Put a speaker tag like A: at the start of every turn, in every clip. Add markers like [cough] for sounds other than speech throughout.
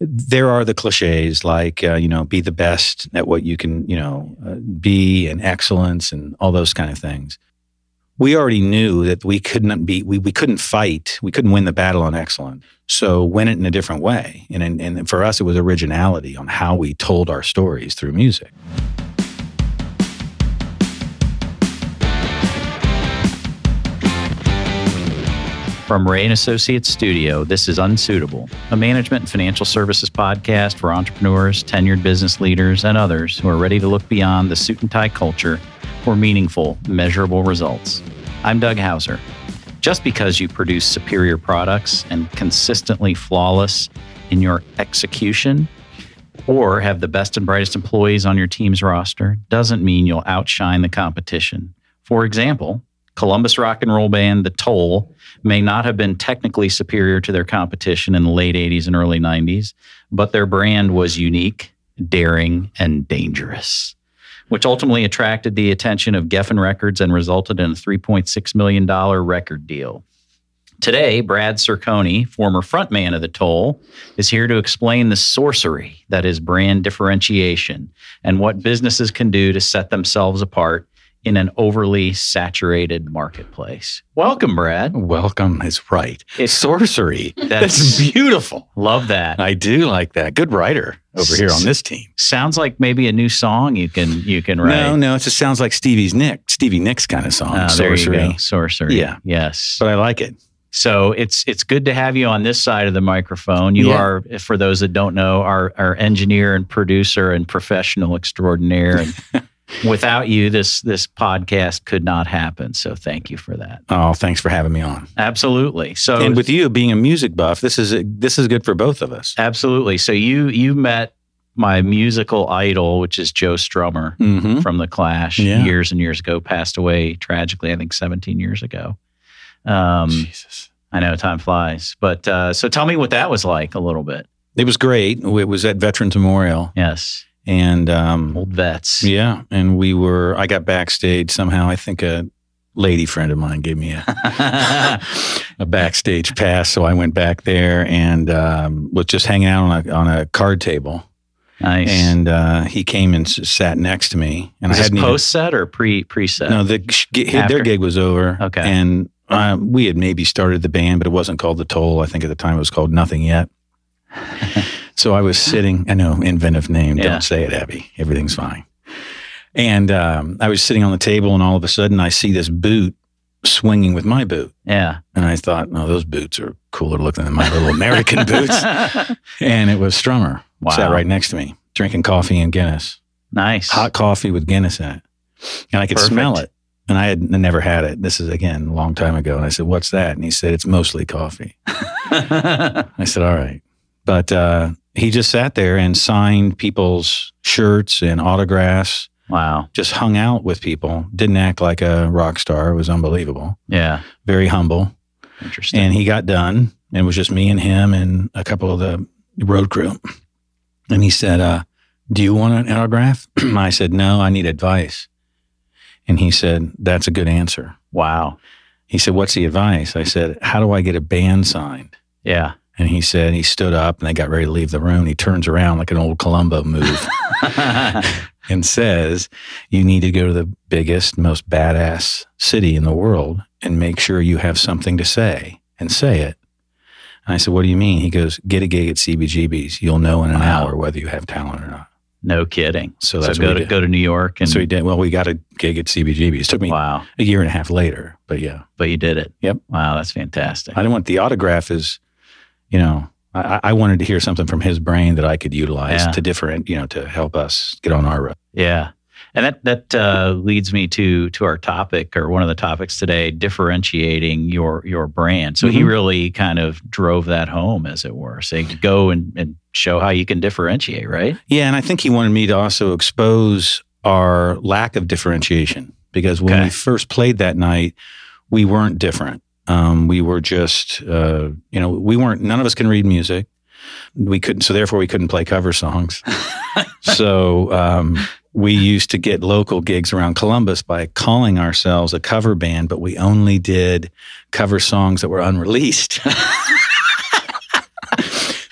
A: there are the cliches like uh, you know be the best at what you can you know uh, be and excellence and all those kind of things we already knew that we couldn't be we, we couldn't fight we couldn't win the battle on excellence so win it in a different way and, and, and for us it was originality on how we told our stories through music
B: From Ray and Associates Studio, this is Unsuitable, a management and financial services podcast for entrepreneurs, tenured business leaders, and others who are ready to look beyond the suit and tie culture for meaningful, measurable results. I'm Doug Hauser. Just because you produce superior products and consistently flawless in your execution, or have the best and brightest employees on your team's roster, doesn't mean you'll outshine the competition. For example, Columbus rock and roll band The Toll may not have been technically superior to their competition in the late 80s and early 90s, but their brand was unique, daring, and dangerous, which ultimately attracted the attention of Geffen Records and resulted in a $3.6 million record deal. Today, Brad Cercone, former frontman of The Toll, is here to explain the sorcery that is brand differentiation and what businesses can do to set themselves apart in an overly saturated marketplace. Welcome, Brad.
A: welcome is right [laughs]
B: It's-
A: sorcery
B: That's-
A: that's beautiful
B: Love that.
A: i do like that good writer over here on this team
B: Sounds like maybe a new song you can you can write.
A: no no it just sounds like stevie's nick stevie nick's kind of song
B: Ah, there you
A: sorcery
B: go. Sorcery.
A: Yeah.
B: Yes.
A: but i like it
B: So it's it's good to have you on this side of the microphone. You
A: Yeah.
B: are, for those that don't know, our our engineer and producer and professional extraordinaire. And
A: [laughs]
B: without you, this this podcast could not happen. So thank you for that.
A: oh thanks for having me on
B: Absolutely. So
A: and with you being a music buff, this is this is good for both of us.
B: absolutely. So you you met my musical idol, which is Joe Strummer.
A: Mm-hmm.
B: from the Clash
A: Yeah.
B: years and years ago, passed away tragically. I think 17 years ago. Um,
A: Jesus,
B: I know time flies, but uh, so tell me what that was like a little bit.
A: it was great. It was at Veterans Memorial,
B: Yes,
A: and um,
B: old vets.
A: yeah, and we were. I got backstage somehow. I think a lady friend of mine gave me a,
B: [laughs]
A: a backstage pass, so I went back there and um, was just hanging out on a on a card table.
B: [laughs] nice.
A: And uh, he came and s- sat next to me, and I
B: was this
A: hadn't even-
B: post set or pre pre set?
A: No, the sh- gi-
B: After?
A: their gig was over.
B: Okay.
A: and um, we had maybe started the band, but it wasn't called the Toll. I think at the time it was called Nothing
B: [laughs]
A: Yet. so I was sitting. I know inventive name.
B: Yeah.
A: Don't say it, Abby. Everything's fine. And um, I was sitting on the table, and all of a sudden I see this boot swinging with my boot,
B: Yeah.
A: and I thought, no, those boots are cooler looking than my little American [laughs]
B: [laughs]
A: boots. And it was Strummer
B: Wow.
A: sat right next to me, drinking coffee and Guinness
B: nice.
A: hot coffee with Guinness in it, and I could
B: Perfect.
A: smell it. And I had n- never had it. This is again a long time ago. And I said, "What's that?" And he said, "It's mostly coffee." I said, "All right," but uh, he just sat there and signed people's shirts and autographs.
B: [laughs] wow.
A: Just hung out with people. Didn't act like a rock star. It was unbelievable.
B: Yeah.
A: Very humble.
B: Interesting.
A: And he got done, and it was just me and him and a couple of the road crew. And he said, uh, Do you want an autograph? [clears throat] I said, No, I need advice. And he said, That's a good answer.
B: wow.
A: He said, What's the advice? I said, How do I get a band signed? [laughs]
B: Yeah.
A: And he said, He stood up and they got ready to leave the room. He turns around like an old Columbo move and says, You need to go to the biggest, most badass city in the world and make sure you have something to say and say it. And I said, What do you mean? He goes, Get a gig at CBGB's. You'll know in an
B: Wow.
A: hour whether you have talent or not.
B: no kidding.
A: So
B: so
A: that's
B: go
A: what
B: to
A: he did.
B: go to New York and
A: so he did. Well, we got a gig at CBGB's. Took me
B: wow.
A: a year and a half later, but yeah,
B: But you did it.
A: Yep.
B: Wow, that's fantastic.
A: I didn't want the autograph. Is you know, I, I wanted to hear something from his brain that I could utilize
B: Yeah.
A: to different, you know, to help us get on our road.
B: Yeah. And that that uh, leads me to to our topic or one of the topics today, differentiating your your brand. So he
A: Mhm.
B: really kind of drove that home, as it were, saying go and, and show how you can
A: [laughs]
B: differentiate, right?
A: Yeah, and I think he wanted me to also expose our lack of differentiation because when
B: Okay.
A: we first played that night, we weren't different. Um, we were just, uh, you know, we weren't. None of us can read music. We couldn't, so therefore we couldn't play cover songs. so um, we used to get local gigs around Columbus by calling ourselves a cover band, but we only did cover songs that were unreleased. [laughs]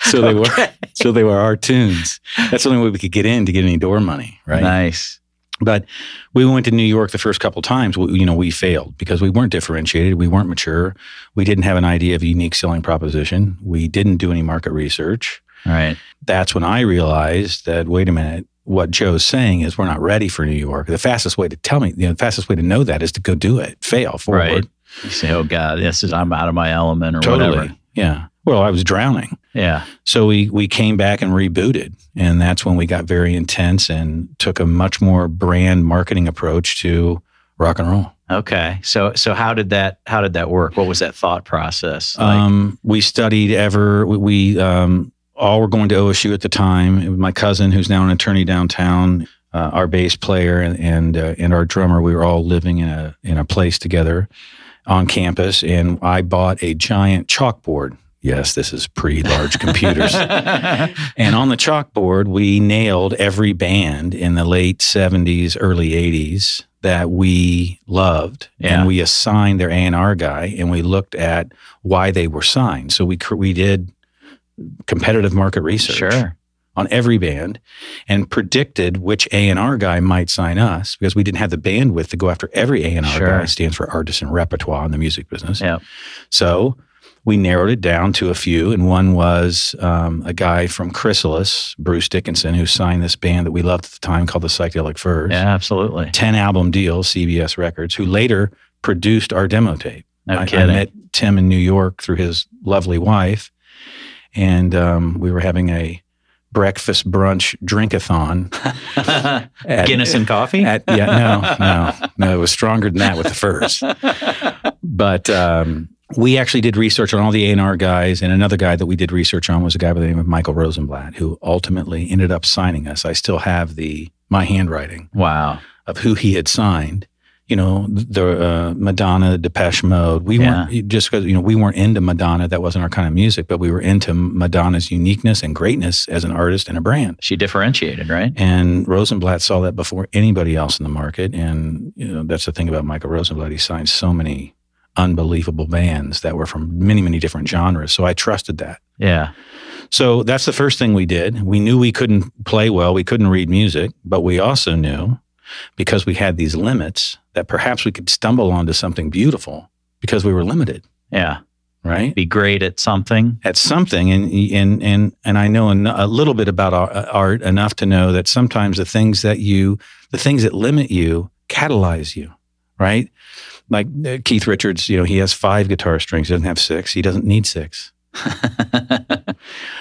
A: So they were
B: Okay.
A: so they were our tunes. That's the only way we could get in to get any door money, right?
B: Nice.
A: But we went to New York the first couple times. We, you know, we failed because we weren't differentiated. We weren't mature. We didn't have an idea of a unique selling proposition. We didn't do any market research.
B: All right.
A: That's when I realized that wait a minute, what Joe's saying is we're not ready for New York. The fastest way to tell me, you know, the fastest way to know that is to go do it, fail forward.
B: Right. You say, oh God, this is I'm out of my element or whatever.
A: Yeah. Well, I was drowning.
B: Yeah.
A: So we we came back and rebooted, and that's when we got very intense and took a much more brand marketing approach to rock and roll.
B: Okay. So so how did that how did that work? What was that thought process? Like,
A: um, we studied ever. We, we um, all were going to OSU at the time. It was my cousin, who's now an attorney downtown, uh, our bass player and and, uh, and our drummer. We were all living in a in a place together on campus, and I bought a giant chalkboard. Yes, this is pre large computers.
B: [laughs]
A: And on the chalkboard, we nailed every band in the late 70s, early 80s that we loved.
B: Yeah.
A: And we assigned their A&R guy and we looked at why they were signed. So we, cr- we did competitive market research
B: sure.
A: on every band and predicted which A&R guy might sign us because we didn't have the bandwidth to go after every A&R
B: Sure.
A: guy. It stands for artisan repertoire in the music business.
B: Yep.
A: So we narrowed it down to a few, and one was um, a guy from Chrysalis, Bruce Dickinson, who signed this band that we loved at the time called the Psychedelic Furs.
B: Yeah, absolutely.
A: 10 album deal, CBS Records, who later produced our demo tape.
B: No
A: I- I,
B: kidding.
A: met Tim in New York through his lovely wife, and um, we were having a breakfast brunch drinkathon.
B: [laughs]
A: at-
B: Guinness and coffee?
A: at, yeah, no, no, no. It was stronger than that with the
B: [laughs]
A: furs. But um, we actually did research on all the A&R guys, and another guy that we did research on was a guy by the name of Michael Rosenblatt, who ultimately ended up signing us. I still have the my handwriting
B: wow.
A: of who he had signed. You know, the uh, Madonna, Depeche Mode. We weren't just because you know we weren't into Madonna. That wasn't our kind of music, but we were into Madonna's uniqueness and greatness as an artist and a brand.
B: She differentiated, right?
A: And Rosenblatt saw that before anybody else in the market. And you know, that's the thing about Michael Rosenblatt. He signed so many unbelievable bands that were from many, many different genres. So I trusted that.
B: Yeah.
A: So that's the first thing we did. We knew we couldn't play well, we couldn't read music, but we also knew because we had these limits that perhaps we could stumble onto something beautiful because we were limited,
B: Yeah.
A: right?
B: Be great at something.
A: at something and and and and I know en- a little bit about ar- art enough to know that sometimes the things that you the things that limit you catalyze you right like uh, Keith Richards you know he has 5 guitar strings he doesn't have 6 he doesn't need 6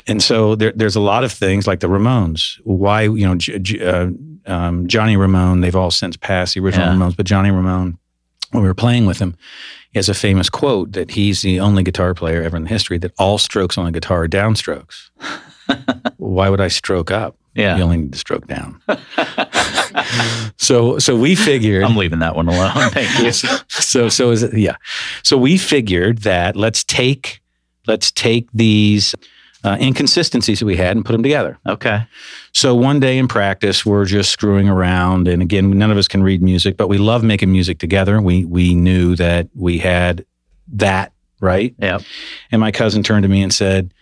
A: and so there, there's a lot of things like the Ramones why you know J- J- uh, um, Johnny Ramone they've all since passed the original
B: Yeah.
A: Ramones but Johnny Ramone when we were playing with him he has a famous quote that he's the only guitar player ever in history that all strokes on a guitar are downstrokes. Why would I stroke up? You
B: Yeah.
A: only need to stroke down. [laughs] so so we figured
B: I'm leaving that one alone. [laughs] Thank you.
A: so so is it, yeah. So we figured that let's take let's take these uh, inconsistencies that we had and put them together. [laughs]
B: Okay.
A: So one day in practice, we're just screwing around, and again, none of us can read music, but we love making music together. We we knew that we had that right.
B: Yep.
A: And my cousin turned to me and said,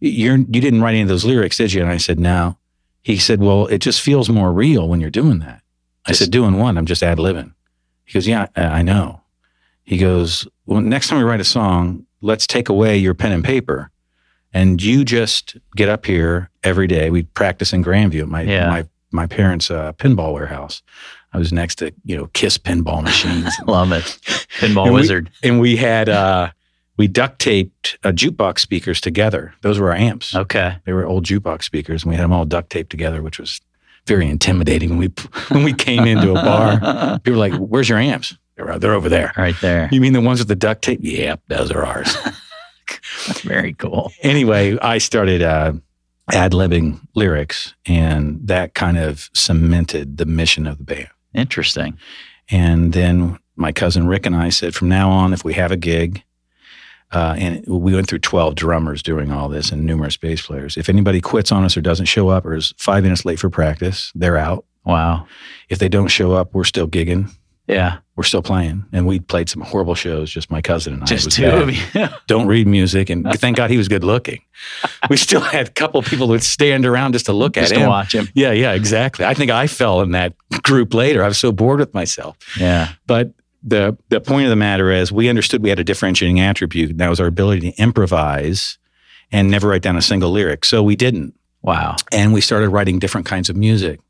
A: "You're you didn't write any of those lyrics, did you?" And I said, "No." He said, "Well, it just feels more real when you're doing that." I
B: Just-
A: said, "Doing what? I'm just ad libbing." He goes, "Yeah, I I know." He goes, "Well, next time we write a song, let's take away your pen and paper." and you just get up here every day. We practice in Grandview at my
B: Yeah.
A: my my parents' uh, pinball warehouse. I was next to you know Kiss pinball machines,
B: Love it. Pinball
A: And we-
B: wizard.
A: and we had uh, we duct taped uh, jukebox speakers together. Those were our amps.
B: Okay.
A: They were old jukebox speakers, and we had them all duct taped together, which was very intimidating when we [laughs] when we came into a bar. People were like, "Where's your amps?" They're, they're over there.
B: [laughs] right there.
A: You mean the ones with the duct tape? Yep, those are ours. [laughs]
B: Very cool.
A: anyway, I started uh, ad libbing lyrics, and that kind of cemented the mission of the band.
B: Interesting.
A: And then my cousin Rick and I said, from now on, if we have a gig, uh, and we went through 12 drummers doing all this and numerous bass players. If anybody quits on us or doesn't show up or is five minutes late for practice, they're out.
B: Wow.
A: If they don't show up, we're still gigging.
B: Yeah.
A: We're still playing, and we played some horrible shows. Just my cousin and I. It
B: Just
A: was
B: two
A: bad.
B: of you. [laughs]
A: Don't read music, and [laughs] thank God he was good looking. We still had a couple people that would stand around just to look
B: Just
A: at
B: to
A: him.
B: watch him.
A: Yeah, yeah, exactly. I think I fell in that group later. I was so bored with myself.
B: Yeah.
A: But the the point of the matter is, we understood we had a differentiating attribute, and that was our ability to improvise and never write down a single lyric. So we didn't,
B: Wow.
A: and we started writing different kinds of music.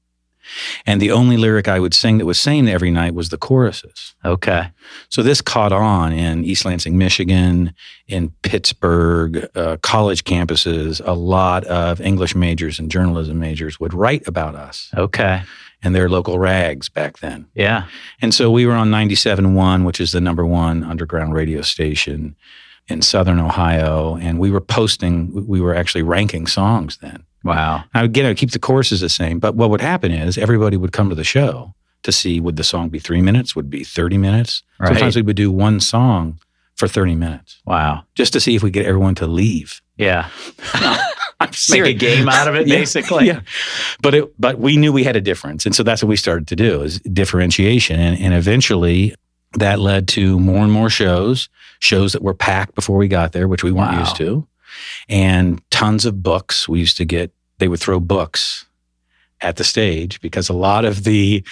A: And the only lyric I would sing that was same every night was the choruses.
B: Okay.
A: So this caught on in East Lansing, Michigan, in Pittsburgh, uh, college campuses. A lot of English majors and journalism majors would write about us
B: Okay.
A: and their local rags back then.
B: Yeah.
A: And so we were on 97.1, which is the number one underground radio station in Southern Ohio. And we were posting, we were actually ranking songs then.
B: Wow.
A: I would, again, I would keep the courses the same. But what would happen is everybody would come to the show to see would the song be three minutes, would it be 30 minutes.
B: Right.
A: Sometimes we would do one song for 30 minutes
B: Wow.
A: just to see if we get everyone to leave.
B: Yeah.
A: I'm
B: Make a game out of
A: [laughs]
B: it,
A: Yeah.
B: basically.
A: Yeah. But it, but we knew we had a difference, and so that's what we started to do is differentiation, and, and eventually that led to more and more shows, shows that were packed before we got there, which we weren't
B: Wow.
A: used to, and tons of books. We used to get they would throw books at the stage because a lot of the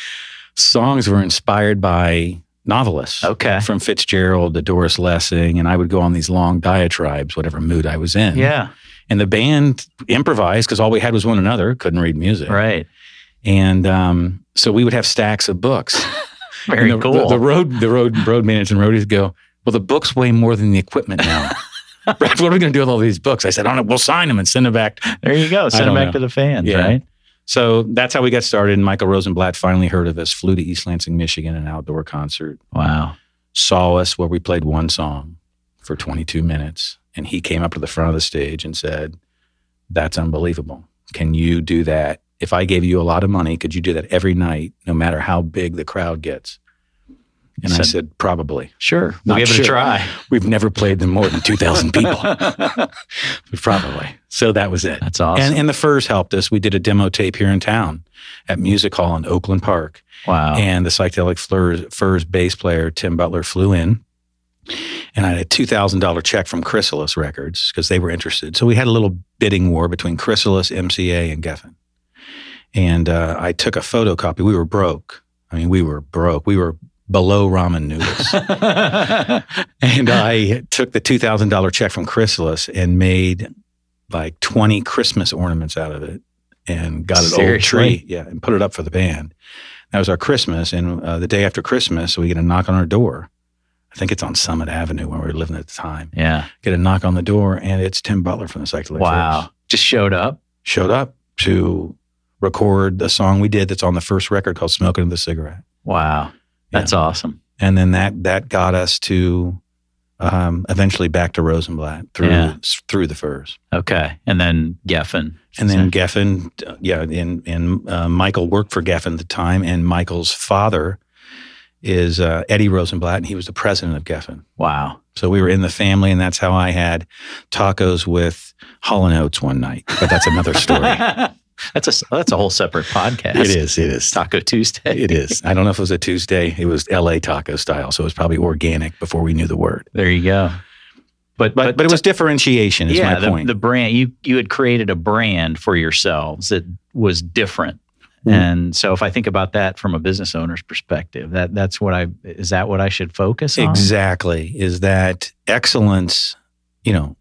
A: songs were inspired by novelists [laughs]
B: Okay.
A: from Fitzgerald to Doris Lessing, and I would go on these long diatribes, whatever mood I was in.
B: Yeah.
A: And the band improvised because all we had was one another, couldn't read music.
B: Right.
A: And um, so we would have stacks of
B: [laughs]
A: books.
B: Very
A: And the,
B: cool.
A: The, the road, the road, road managers and roadies go, well, the books weigh more than the equipment
B: [laughs]
A: now. [laughs] Brad, what are we going to do with all these books? I said, I don't know. We'll sign them and send them back.
B: there you go. Send
A: don't
B: them back
A: know.
B: to the fans,
A: Yeah.
B: right?
A: So that's how we got started. And Michael Rosenblatt finally heard of us, flew to East Lansing, Michigan, an outdoor concert,
B: Wow.
A: saw us where we played one song for 22 minutes. And he came up to the front of the stage and said, That's unbelievable. Can you do that? If I gave you a lot of money, could you do that every night, no matter how big the crowd gets? And I
B: Said-
A: said, Probably.
B: Sure. We'll
A: Not
B: give it
A: sure. [laughs]
B: a try.
A: We've never played them more than 2,000
B: [laughs]
A: people, but probably. So that was it.
B: That's awesome.
A: And, and the Furs helped us. We did a demo tape here in town at Music Hall in Oakland Park.
B: wow.
A: And the psychedelic Flurs, Furs bass player Tim Butler flew in, and I had a two thousand dollar check from Chrysalis Records because they were interested. So we had a little bidding war between Chrysalis, MCA, and Geffen. And uh, I took a photocopy. We were broke. I mean, we were broke. We were below ramen noodles. and I took the two thousand dollar check from Chrysalis and made like twenty Christmas ornaments out of it, and got an old
B: Seriously?
A: tree, yeah, and put it up for the band. That was our Christmas, and uh, the day after Christmas, we get a knock on our door. I think it's on Summit Avenue where we were living at the time.
B: [laughs] yeah.
A: Get a knock on the door, and it's Tim Butler from the Psychedelic
B: Wow.
A: Furs.
B: Just showed up.
A: Showed up to record the song we did that's on the first record called "Smoking the Cigarette,"
B: Wow. That's awesome.
A: and then that that got us to um, eventually back to Rosenblatt through
B: Yeah.
A: through the Furs.
B: Okay. And then Geffen.
A: And then Geffen, uh, yeah, and and uh, Michael worked for Geffen at the time, and Michael's father is uh, Eddie Rosenblatt, and he was the president of Geffen.
B: Wow.
A: So we were in the family, and that's how I had tacos with Hall and Oates one night. But that's another [laughs]
B: [laughs]
A: story.
B: that's a that's a whole separate podcast.
A: it is, it is,
B: Taco Tuesday.
A: it is. I don't know if it was a Tuesday. It was L.A. taco style, so it was probably organic before we knew the word.
B: There you go. But
A: But but it was differentiation. Is
B: yeah,
A: my
B: the,
A: point.
B: the brand you you had created a brand for yourselves that was different.
A: Mm.
B: And so if I think about that from a business owner's perspective, that that's what I is that what I should focus on?
A: Exactly. Is that excellence, you know,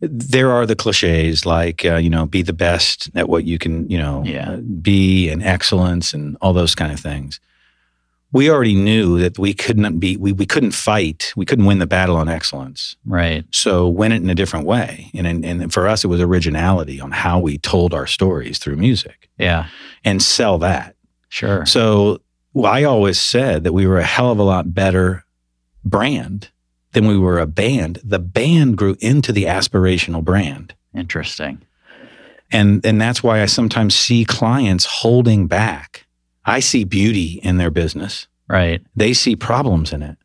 A: there are the cliches like, uh, you know, be the best at what you can, you know,
B: Yeah.
A: uh, be and excellence and all those kind of things. We already knew that we couldn't be, we, we couldn't fight, we couldn't win the battle on excellence.
B: Right.
A: So win it in a different way. And, and, and for us, it was originality on how we told our stories through music
B: Yeah.
A: and sell that.
B: Sure.
A: So well, I always said that we were a hell of a lot better brand than we were a band. The band grew into the aspirational brand.
B: Interesting.
A: And and that's why I sometimes see clients holding back. I see beauty in their business.
B: Right.
A: They see problems in it.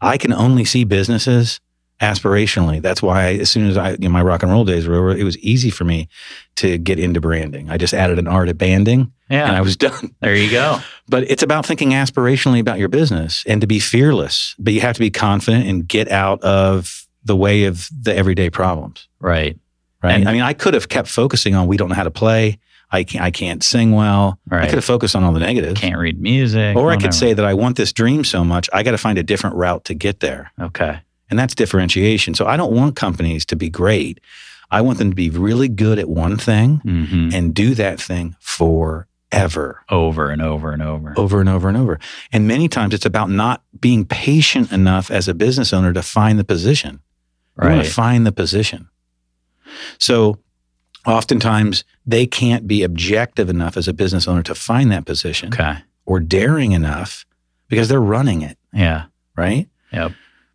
A: I can only see businesses aspirationally. That's why I, as soon as I, you know, my rock and roll days were over, it was easy for me to get into branding. I just added an R to banding and I
B: Yeah.
A: was [laughs] done.
B: There you go.
A: But it's about thinking aspirationally about your business and to be fearless, but you have to be confident and get out of the way of the everyday problems.
B: Right.
A: Right.
B: And-
A: I mean, I could have kept focusing on we don't know how to play. I can't, I can't sing well. I
B: Right.
A: could have focused on all the negatives.
B: Can't read music.
A: Or I
B: whatever.
A: could say that I want this dream so much, I got to find a different route to get there.
B: Okay.
A: And that's differentiation. So I don't want companies to be great. I want them to be really good at one thing
B: hmm
A: and do that thing forever,
B: Over and over and over.
A: over and over and over. And many times it's about not being patient enough as a business owner to find the position. You want
B: right.
A: to find the position. So oftentimes they can't be objective enough as a business owner to find that position
B: Okay.
A: or daring enough because they're running it,
B: Yeah.
A: right?
B: Yep.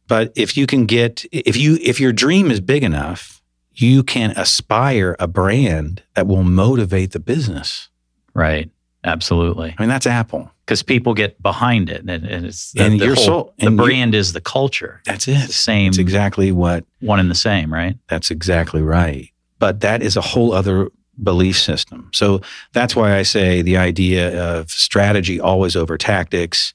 A: But if you can get if you if your dream is big enough, you can aspire a brand that will motivate the business.
B: Right. Absolutely.
A: I mean, that's Apple.
B: Because people get behind it, and, and it's the,
A: And
B: the
A: your
B: whole-
A: soul-
B: The
A: and you-
B: brand is the culture.
A: That's
B: It's the
A: it.
B: same.
A: It's exactly what
B: one and the same, right?
A: That's exactly right. But that is a whole other belief system. So that's why I say the idea of strategy always over tactics,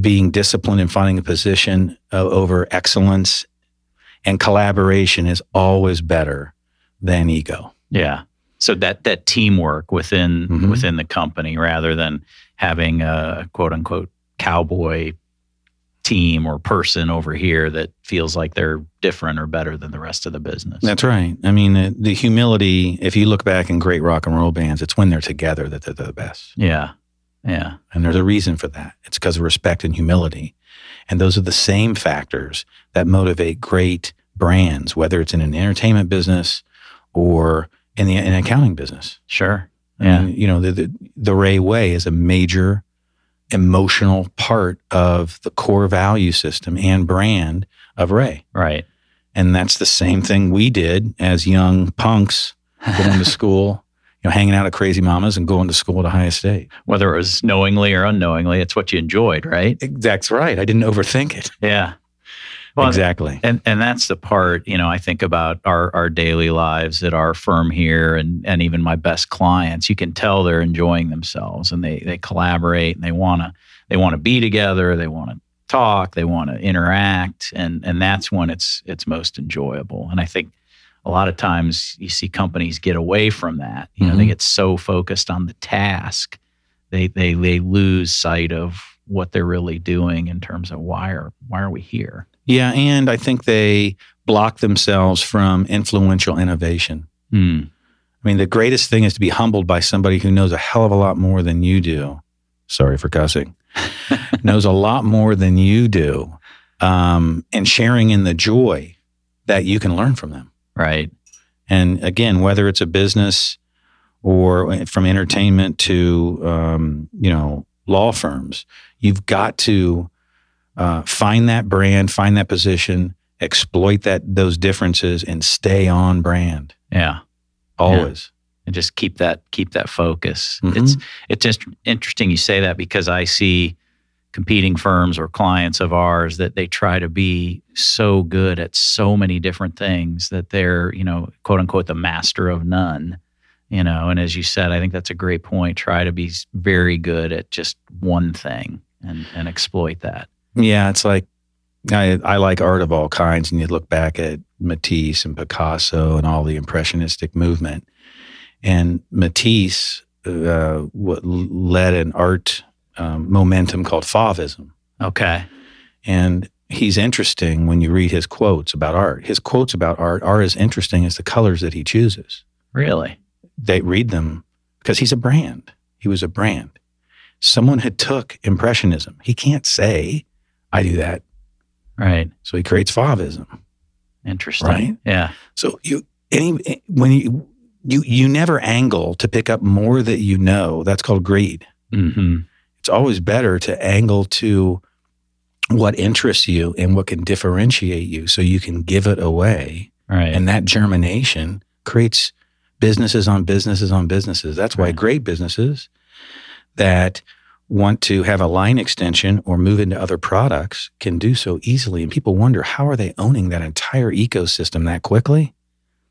A: being disciplined and finding a position uh, over excellence, and collaboration is always better than ego.
B: Yeah. So that that teamwork within
A: Mhm.
B: within the company, rather than having a quote unquote cowboy team or person over here that feels like they're different or better than the rest of the business.
A: That's right. I mean, the, the humility, if you look back in great rock and roll bands, it's when they're together that they're the best.
B: yeah. Yeah.
A: And there's a reason for that. It's because of respect and humility. And those are the same factors that motivate great brands, whether it's in an entertainment business or in the in accounting business.
B: Sure.
A: I
B: Yeah.
A: mean, you know, the, the, the Ray Way is a major emotional part of the core value system and brand of Ray.
B: Right.
A: And that's the same thing we did as young punks [laughs] going to school, you know, hanging out at Crazy Mamas and going to school to High State.
B: Whether it was knowingly or unknowingly, it's what you enjoyed, right?
A: That's right. I didn't overthink it.
B: Yeah. Well,
A: exactly.
B: And and that's the part, you know, I think about our our daily lives at our firm here and and even my best clients. You can tell they're enjoying themselves and they they collaborate and they wanna they wanna be together, they wanna talk, they wanna interact, and and that's when it's it's most enjoyable. And I think a lot of times you see companies get away from that. You know, they
A: Mhm.
B: get so focused on the task, they they they lose sight of what they're really doing in terms of why are why are we here?
A: Yeah, and I think they block themselves from influential innovation.
B: Hmm.
A: I mean, the greatest thing is to be humbled by somebody who knows a hell of a lot more than you do. Sorry for cussing. [laughs] knows a lot more than you do, um, and sharing in the joy that you can learn from them.
B: Right.
A: And again, whether it's a business or from entertainment to um, you know law firms, you've got to uh, find that brand, find that position, exploit that those differences, and stay on brand
B: Yeah.
A: always.
B: And just keep that keep that focus.
A: Mhm.
B: It's it's just interesting you say that because I see competing firms or clients of ours that they try to be so good at so many different things that they're, you know, quote unquote the master of none. You know, and as you said, I think that's a great point. Try to be s- very good at just one thing and, and exploit that.
A: Yeah, it's like I, I like art of all kinds, and you look back at Matisse and Picasso and all the impressionistic movement, and Matisse uh, what led an art um, momentum called Fauvism.
B: Okay.
A: And he's interesting when you read his quotes about art. His quotes about art are as interesting as the colors that he chooses.
B: Really?
A: They read them because he's a brand. He was a brand. Someone had took impressionism. He can't say, I do that.
B: Right.
A: So he creates Fauvism.
B: Interesting.
A: Right?
B: Yeah.
A: So you any when you you you never angle to pick up more that you know. That's called greed.
B: hmm
A: It's always better to angle to what interests you and what can differentiate you so you can give it away
B: Right.
A: and that germination creates businesses on businesses on businesses. That's why
B: Right.
A: great businesses that want to have a line extension or move into other products can do so easily. And people wonder how are they owning that entire ecosystem that quickly?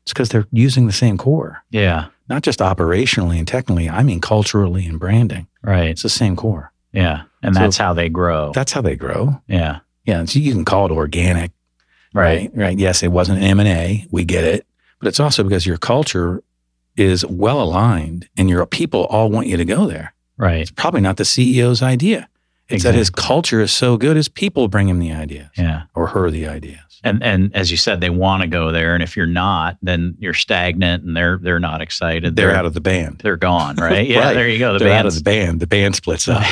A: It's because they're using the same core,
B: Yeah.
A: not just operationally and technically, I mean culturally and branding.
B: Right.
A: It's the same core.
B: Yeah. And
A: So-
B: that's how they grow.
A: That's how they grow.
B: yeah.
A: Yeah, and so you can call it organic,
B: Right.
A: right? Right. Yes, it wasn't an M&A, we get it. But it's also because your culture is well aligned and your people all want you to go there.
B: Right.
A: It's probably not the CEO's idea. It's that his culture is so good his people bring him the ideas
B: Yeah.
A: or her the ideas.
B: And and as you said, they want to go there. And if you're not, then you're stagnant and they're they're not excited.
A: They're out of the band.
B: they're gone, right?
A: [laughs]
B: Yeah,
A: Right.
B: there you go. The
A: They're out of the
B: band's-
A: band. The band splits up.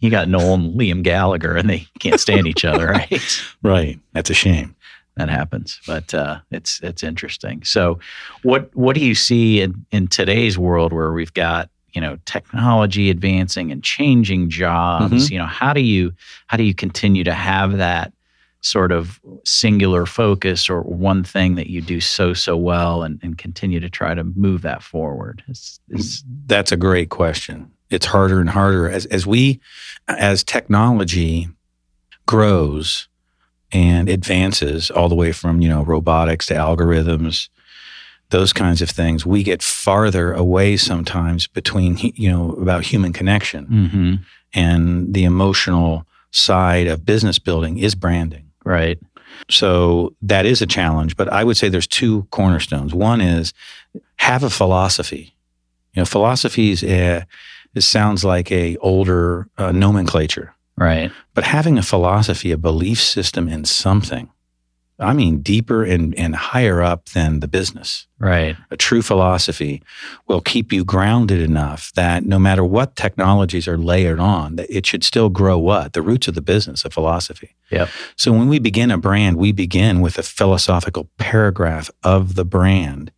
B: you got Noel and Liam Gallagher and they can't stand each other, [laughs] right?
A: right. That's a shame.
B: that happens but uh, it's it's interesting so what what do you see in, in today's world where we've got you know technology advancing and changing jobs you know how do you how do you continue to have that sort of singular focus or one thing that you do so so well and, and continue to try to move that forward it's, it's,
A: That's a great question. It's harder and harder as as we as technology grows and advances all the way from, you know, robotics to algorithms, those kinds of things, we get farther away sometimes between, you know, about human connection.
B: mm-hmm,
A: and the emotional side of business building is branding.
B: right
A: So that is a challenge, but I would say there's two cornerstones. One is have a philosophy. You know, philosophy is a, it sounds like a older uh, nomenclature,
B: right
A: but having a philosophy, a belief system in something, I mean deeper and, and higher up than the business
B: right
A: a true philosophy will keep you grounded enough that no matter what technologies are layered on, that it should still grow what? The roots of the business, a philosophy.
B: Yep.
A: So when we begin a brand, we begin with a philosophical paragraph of the brand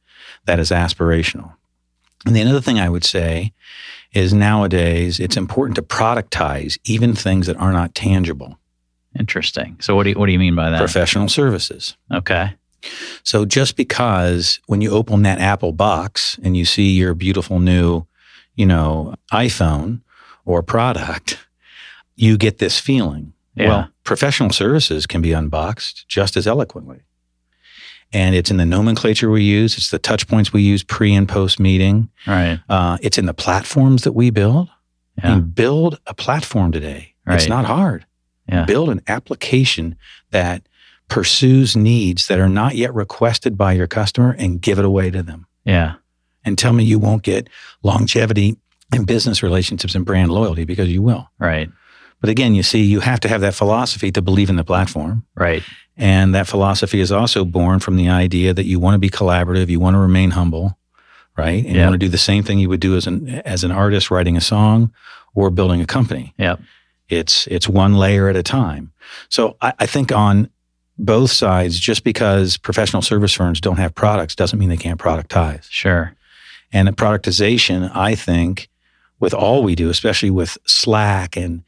A: that is aspirational. And the other thing I would say is nowadays it's important to productize even things that are not tangible.
B: interesting so what do you what do you mean by that
A: Professional services.
B: okay
A: So just because when you open that Apple box and you see your beautiful new, you know, iPhone or product, you get this feeling.
B: yeah
A: Well, professional services can be unboxed just as eloquently. And it's in the nomenclature we use, it's the touch points we use pre and post meeting.
B: right
A: Uh, it's in the platforms that we build.
B: yeah
A: And build a platform today.
B: Right.
A: It's not hard.
B: Yeah.
A: Build an application that pursues needs that are not yet requested by your customer and give it away to them.
B: yeah
A: And tell me you won't get longevity in business relationships and brand loyalty because you will.
B: right
A: But again, you see, you have to have that philosophy to believe in the platform.
B: right
A: And that philosophy is also born from the idea that you want to be collaborative, you want to remain humble, right? And you
B: Yeah.
A: want to do the same thing you would do as an as an artist writing a song or building a company.
B: Yep.
A: It's it's one layer at a time. So I, I think on both sides, just because professional service firms don't have products doesn't mean they can't productize.
B: Sure.
A: And productization, I think, with all we do, especially with Slack and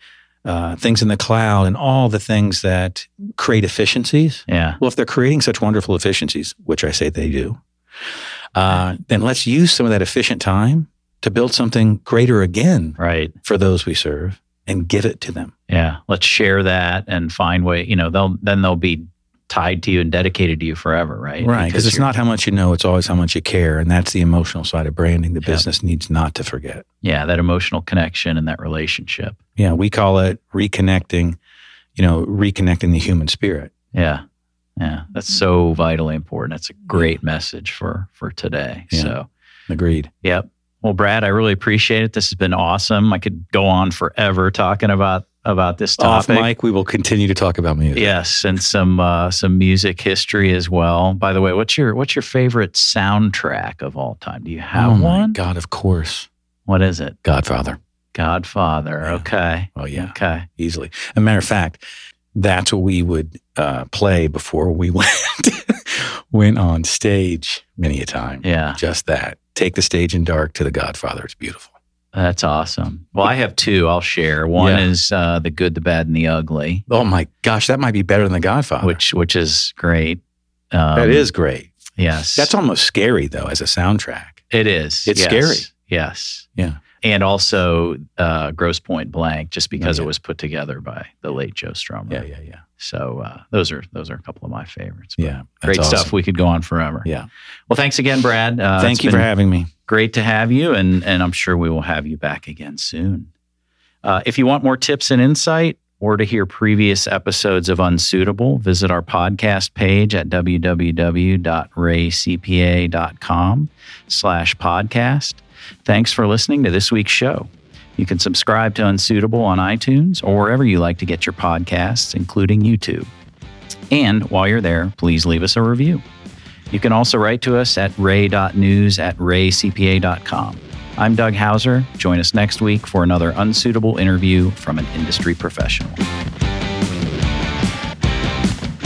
A: uh, things in the cloud and all the things that create efficiencies.
B: Yeah.
A: Well, if they're creating such wonderful efficiencies, which I say they do, uh, then let's use some of that efficient time to build something greater again
B: Right.
A: for those we serve and give it to them.
B: Yeah. Let's share that and find way. You know, they'll then they'll be tied to you and dedicated to you forever. Right.
A: Right. Because it's
B: you're-
A: not how much you know, it's always how much you care. And that's the emotional side of branding the
B: Yeah.
A: business needs not to forget.
B: Yeah, that emotional connection and that relationship.
A: Yeah. We call it reconnecting, you know, reconnecting the human spirit.
B: Yeah. Yeah. That's so vitally important. That's a great message for for today.
A: Yeah.
B: So.
A: Agreed.
B: Yep. Well, Brad, I really appreciate it. This has been awesome. I could go on forever talking about about this
A: Off
B: topic.
A: mic, we will continue to talk about music.
B: Yes, and some uh, some music history as well. By the way, what's your what's your favorite soundtrack of all time? Do you have
A: Oh
B: one?
A: my God, of course.
B: What is it?
A: Godfather.
B: Godfather.
A: Yeah.
B: Okay.
A: Oh, yeah,
B: Okay.
A: easily. As a matter of fact, that's what we would uh, play before we [laughs] went, went on stage many a time.
B: Yeah.
A: Just that. Take the stage in dark to The Godfather. It's beautiful.
B: That's awesome. Well, I have two I'll share. One
A: Yeah.
B: is uh, The Good, the Bad, and the Ugly,
A: Oh, my gosh, that might be better than The Godfather.
B: which which is great. Um,
A: Uh-huh. that is great.
B: Yes.
A: That's almost scary, though, as a soundtrack.
B: It is.
A: It's
B: yes.
A: scary.
B: Yes.
A: Yeah.
B: and also uh, Gross Point Blank, just because
A: Oh, yeah.
B: it was put together by the late Joe Strummer.
A: Yeah, yeah, yeah.
B: So uh, those are those are a couple of my favorites. but
A: Yeah.
B: great
A: that's
B: stuff. We could go on forever.
A: Yeah.
B: Well, thanks again, Brad. Uh,
A: awesome. Thank
B: it's
A: you for
B: been
A: having me.
B: great to have you, and and I'm sure we will have you back again soon. Uh, if you want more tips and insight, or to hear previous episodes of Unsuitable, visit our podcast page at www.raycpa.com slash podcast. Thanks for listening to this week's show. You can subscribe to Unsuitable on iTunes or wherever you like to get your podcasts, including YouTube. And while you're there, please leave us a review. You can also write to us at ray.news at raycpa.com. I'm Doug Hauser. Join us next week for another unsuitable interview from an industry professional.